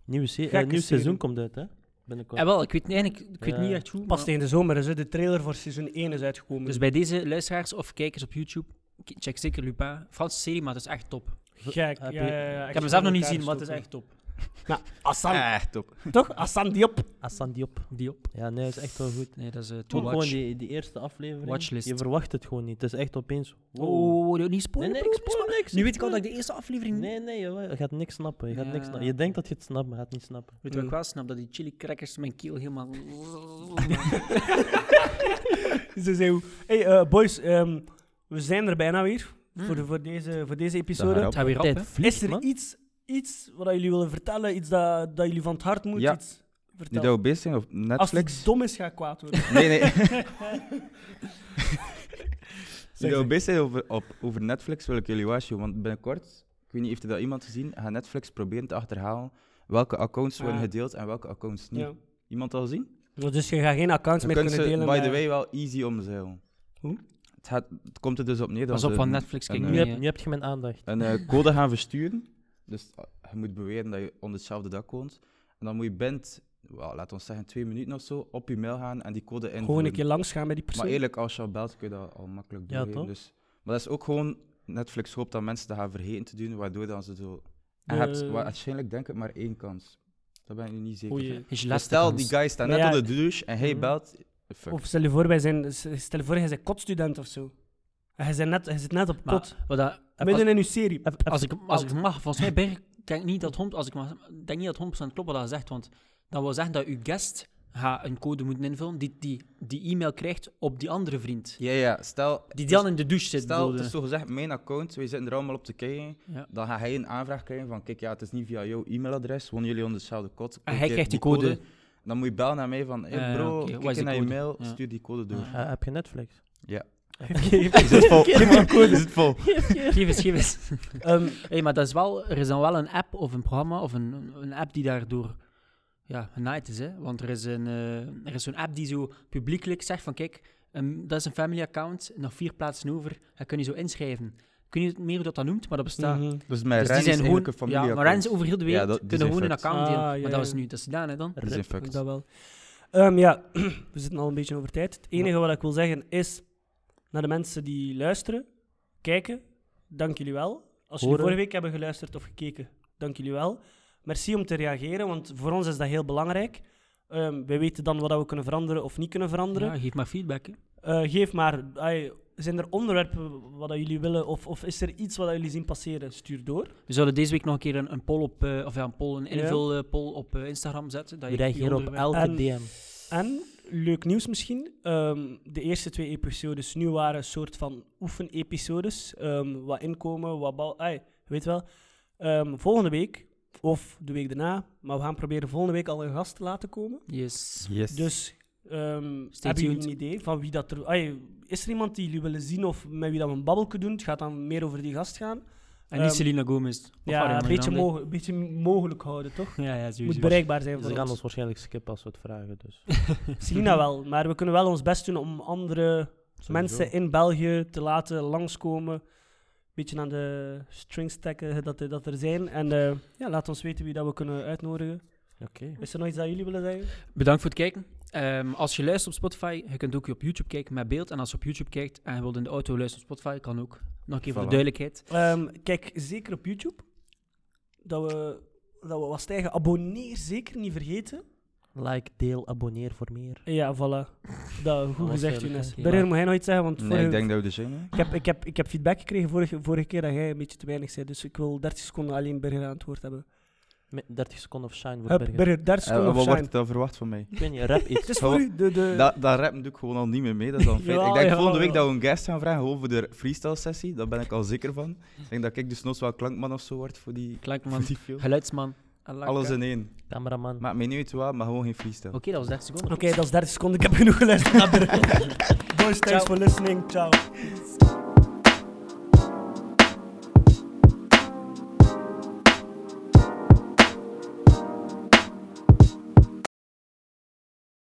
Nieuw, se- eh,
Gekke
nieuw
serie.
seizoen komt uit, hè? Binnenkort.
Eh, wel, ik weet, nee, ik, ik weet
Ja.
niet echt hoe.
Pas
maar-
tegen de zomer is, hè. de trailer voor seizoen 1 is uitgekomen.
Dus bij deze luisteraars of kijkers op YouTube, k- check zeker Lupin. Franse serie, maar het is echt top.
Gek. Ja,
Heb je-
ja, ja,
ik heb hem zelf nog niet gezien, maar het is echt top.
Nou, Assan,
Echt Ah, top.
toch? Assan Diop.
Assan Diop.
Die op.
Ja, nee, is echt wel goed.
Nee, dat is eh to
Ook gewoon
watch.
die, die eerste aflevering.
Watchlist.
Je verwacht het gewoon niet. Het is echt opeens. Wow.
Oh, doe niet
nee,
spoilen.
nee,
bro,
ik
niet
spoil niks.
Nu weet ik al dat ik de eerste aflevering...
Nee, nee, jawel, je gaat niks snappen. Je, gaat
Ja.
niks snappen. je denkt dat je het snapt, maar je gaat het niet snappen.
Weet je wat
Mm.
ik wel snap? Dat die chili crackers mijn keel (laughs) helemaal...
(laughs) Ze zei hoe- Hey, eh, boys, ehm, we zijn er bijna weer voor, de- voor, deze, voor deze
Dat
episode.
gaat
Het gaat weer op, hè?
Tijd vliegt,
Is er
man.
iets, iets wat jullie willen vertellen? Iets dat, dat jullie van het hart moet?
Ja.
Iets
Die
vertellen.
dat we bezig zijn op
Als
Netflix.
het dom is, ga ik kwaad worden.
Nee, nee.
Zeg,
Jullie al
zeg.
bezig zijn over, op, over Netflix, wil ik jullie waarschuwen. Want binnenkort, ik weet niet, heeft er dat iemand gezien? Gaat Netflix proberen te achterhalen welke accounts worden
Ah.
gedeeld en welke accounts niet.
(laughs) Ja.
Iemand al zien?
Dus je gaat geen accounts
Dan
meer
kunnen
kunnen delen.
ze, by the
met-
way, wel easy omzeilen.
Hoe?
Het, gaat, het komt er dus op neer dat
Pas op,
ze
van
een-
Netflix eh, kijk
een, eh,
Nu,
Nee,
heb,
hè.
nu heb je mijn aandacht.
een eh, code gaan versturen. Dus ah, je moet beweren dat je onder hetzelfde dak woont. En dan moet je bent, wel, laat ons zeggen, twee minuten of zo, op je mail gaan en die code invoeren.
Gewoon een keer langs gaan met die persoon.
Maar eerlijk, als je al belt, kun je dat al makkelijk
Ja,
doen.
toch?
dus, maar dat is ook gewoon, Netflix hoopt dat mensen dat gaan vergeten te doen, waardoor dan ze zo... En je hebt
Eh.
wa- waarschijnlijk denk ik maar één kans. Dat ben ik nu niet zeker.
Oei,
van.
eh.
Is je
Dus
laatste
stel,
kans.
die guy staat
Maar
net
ja,
onder de douche en hij
mm.
belt... Fuck.
Of stel je voor, wij zijn, stel je voor, jij bent kotstudent of zo. En Hij zit net, hij zit net op
Maar-
kot.
Wat dat-
Midden in uw serie.
Even- even-
Als ik, als ik mag, volgens mij Berg, ik denk niet dat 100, als ik mag, ik denk niet dat 100% klopt wat hij zegt, want dat wil zeggen dat uw guest gaat een code moet invullen die, die die e-mail krijgt op die andere vriend.
Ja, ja, stel...
Die dan in de douche zit.
Dus Stel, dus het
bedoelde.
is zogezegd mijn account, wij zitten er allemaal op te kijken.
eh, Ja.
Dan gaat hij een aanvraag krijgen van, kijk, ja, het is niet via jouw e-mailadres, wonen jullie onder hetzelfde kot.
En
Kijk,
Ah, hij
eh,
krijgt die code.
Dan moet je bellen naar mij van, hey
Eh,
bro,
oké, wat is
kijk
die
naar je
code?
mail,
Ja.
stuur die code
(laughs)
door.
Ah.
Eh, heb je Netflix?
Ja.
Geef-
Is het
(laughs)
vol? Is het vol?
Geef eens, geef (laughs) eens.
Ehm,
Hey, maar dat is wel, er is dan wel een app of een programma of een, een app die daardoor ja, genaaid is. Hè? Want er is, een, eh, er is zo'n app die zo publiekelijk zegt van kijk, ehm, dat is een family account, nog vier plaatsen over, dat kun je zo inschrijven. Ik weet niet meer hoe dat dat noemt, maar dat bestaat.
mhm.
Dus mijn
dus die zijn gewoon,
een familie.
ja, maar Rens over heel de wereld
dat- die
kunnen
zijn
gewoon een
fucked.
account delen.
Ah,
maar
ja,
dat
ja.
was nu, dat is gedaan hè dan.
Dat is
Ook
effect.
Dat wel. Ehm, ja, (clears throat) we zitten al een beetje over tijd. Het enige wat ik wil zeggen is, naar de mensen die luisteren, kijken, dank jullie wel. Als jullie
Horen.
vorige week hebben geluisterd of gekeken, dank jullie wel. Merci om te reageren, want voor ons is dat heel belangrijk. Ehm, wij weten dan wat we kunnen veranderen of niet kunnen veranderen.
Ja, geef maar feedback. Hè.
Eh, geef maar, ai, zijn er onderwerpen wat dat jullie willen of, of is er iets wat dat jullie zien passeren? Stuur door.
We zouden deze week nog een keer een, een poll op, eh, of ja, een poll, een
Ja.
invul eh, poll op eh, Instagram zetten. Dat je
Reageer op
onderwerp-
elke
En-
DM.
En leuk nieuws misschien. Ehm, de eerste twee episodes nu waren een soort van oefenepisodes. ehm wat inkomen, wat bal... Ai, weet wel. Ehm, volgende week, of de week daarna, maar we gaan proberen volgende week al een gast te laten komen.
Yes.
Yes.
Dus ehm
Stay
hebben jullie een
tuned.
idee van wie dat er... ai, is er iemand die jullie willen zien of met wie dat we een babbel kunnen doen? Het gaat dan meer over die gast gaan.
En niet
Ehm,
Selena Gomez. Of
ja,
Ariana
een beetje,
Grande.
moge- een beetje mogelijk houden, toch?
(laughs) Ja, ja, sowieso.
Moet bereikbaar zijn voor
Ze gaan
ons.
ons waarschijnlijk skippen als we het vragen. (laughs) Dus.
Selina wel, maar we kunnen wel ons best doen om andere
Sowieso.
mensen in België te laten langskomen. Een beetje aan de strings trekken dat, er- dat er zijn. En eh, ja, laat ons weten wie dat we kunnen uitnodigen.
Oké.
Is er nog iets dat jullie willen zeggen?
Bedankt voor het kijken. Ehm, als je luistert op Spotify, je kunt ook op YouTube kijken met beeld. En als je op YouTube kijkt en je wilt in de auto luisteren op Spotify, kan ook. Nog een keer voor de
Voilà.
duidelijkheid.
Ehm, kijk zeker op YouTube. Dat we, dat we wat stijgen. Abonneer zeker niet vergeten.
Like, deel, abonneer voor meer.
Ja, voilà.
(laughs)
Dat, goed
was
gezegd,
duidelijk,
Younes.
hè?
Berger,
Ja.
moet jij nog iets zeggen? Want
Nee,
vorige-
ik denk dat we er zijn. hè.
ik, heb, ik, heb, ik heb feedback gekregen vorige, vorige keer dat jij een beetje te weinig zei. Dus ik wil 30 seconden alleen Berger aan het woord hebben.
Met 30 seconden of shine voor
Hup,
Bergen.
Berger, 30
Eh,
seconden
wat
of shine.
wordt er verwacht van mij?
Ik weet niet, rap iets.
Het is voor u. De, de...
Dat, dat rappen doe ik gewoon al niet meer mee, dat
(laughs)
is al een feit.
Jawel,
ik denk
jawel,
volgende week
jawel.
dat we een guest gaan vragen, gewoon voor de freestyle-sessie. Daar ben ik al zeker van. Ik denk dat ik dus nooit wel klankman of zo word voor die,
Klankman,
(laughs)
voor die film.
geluidsman.
Alles in één.
Cameraman.
Maakt mij niet uit waar, maar gewoon geen freestyle.
Oké, dat was 30 seconden.
Oké, dat is 30 seconden. Ik heb genoeg geluisterd naar Berger. Boys, thanks
Ciao.
for listening. Ciao.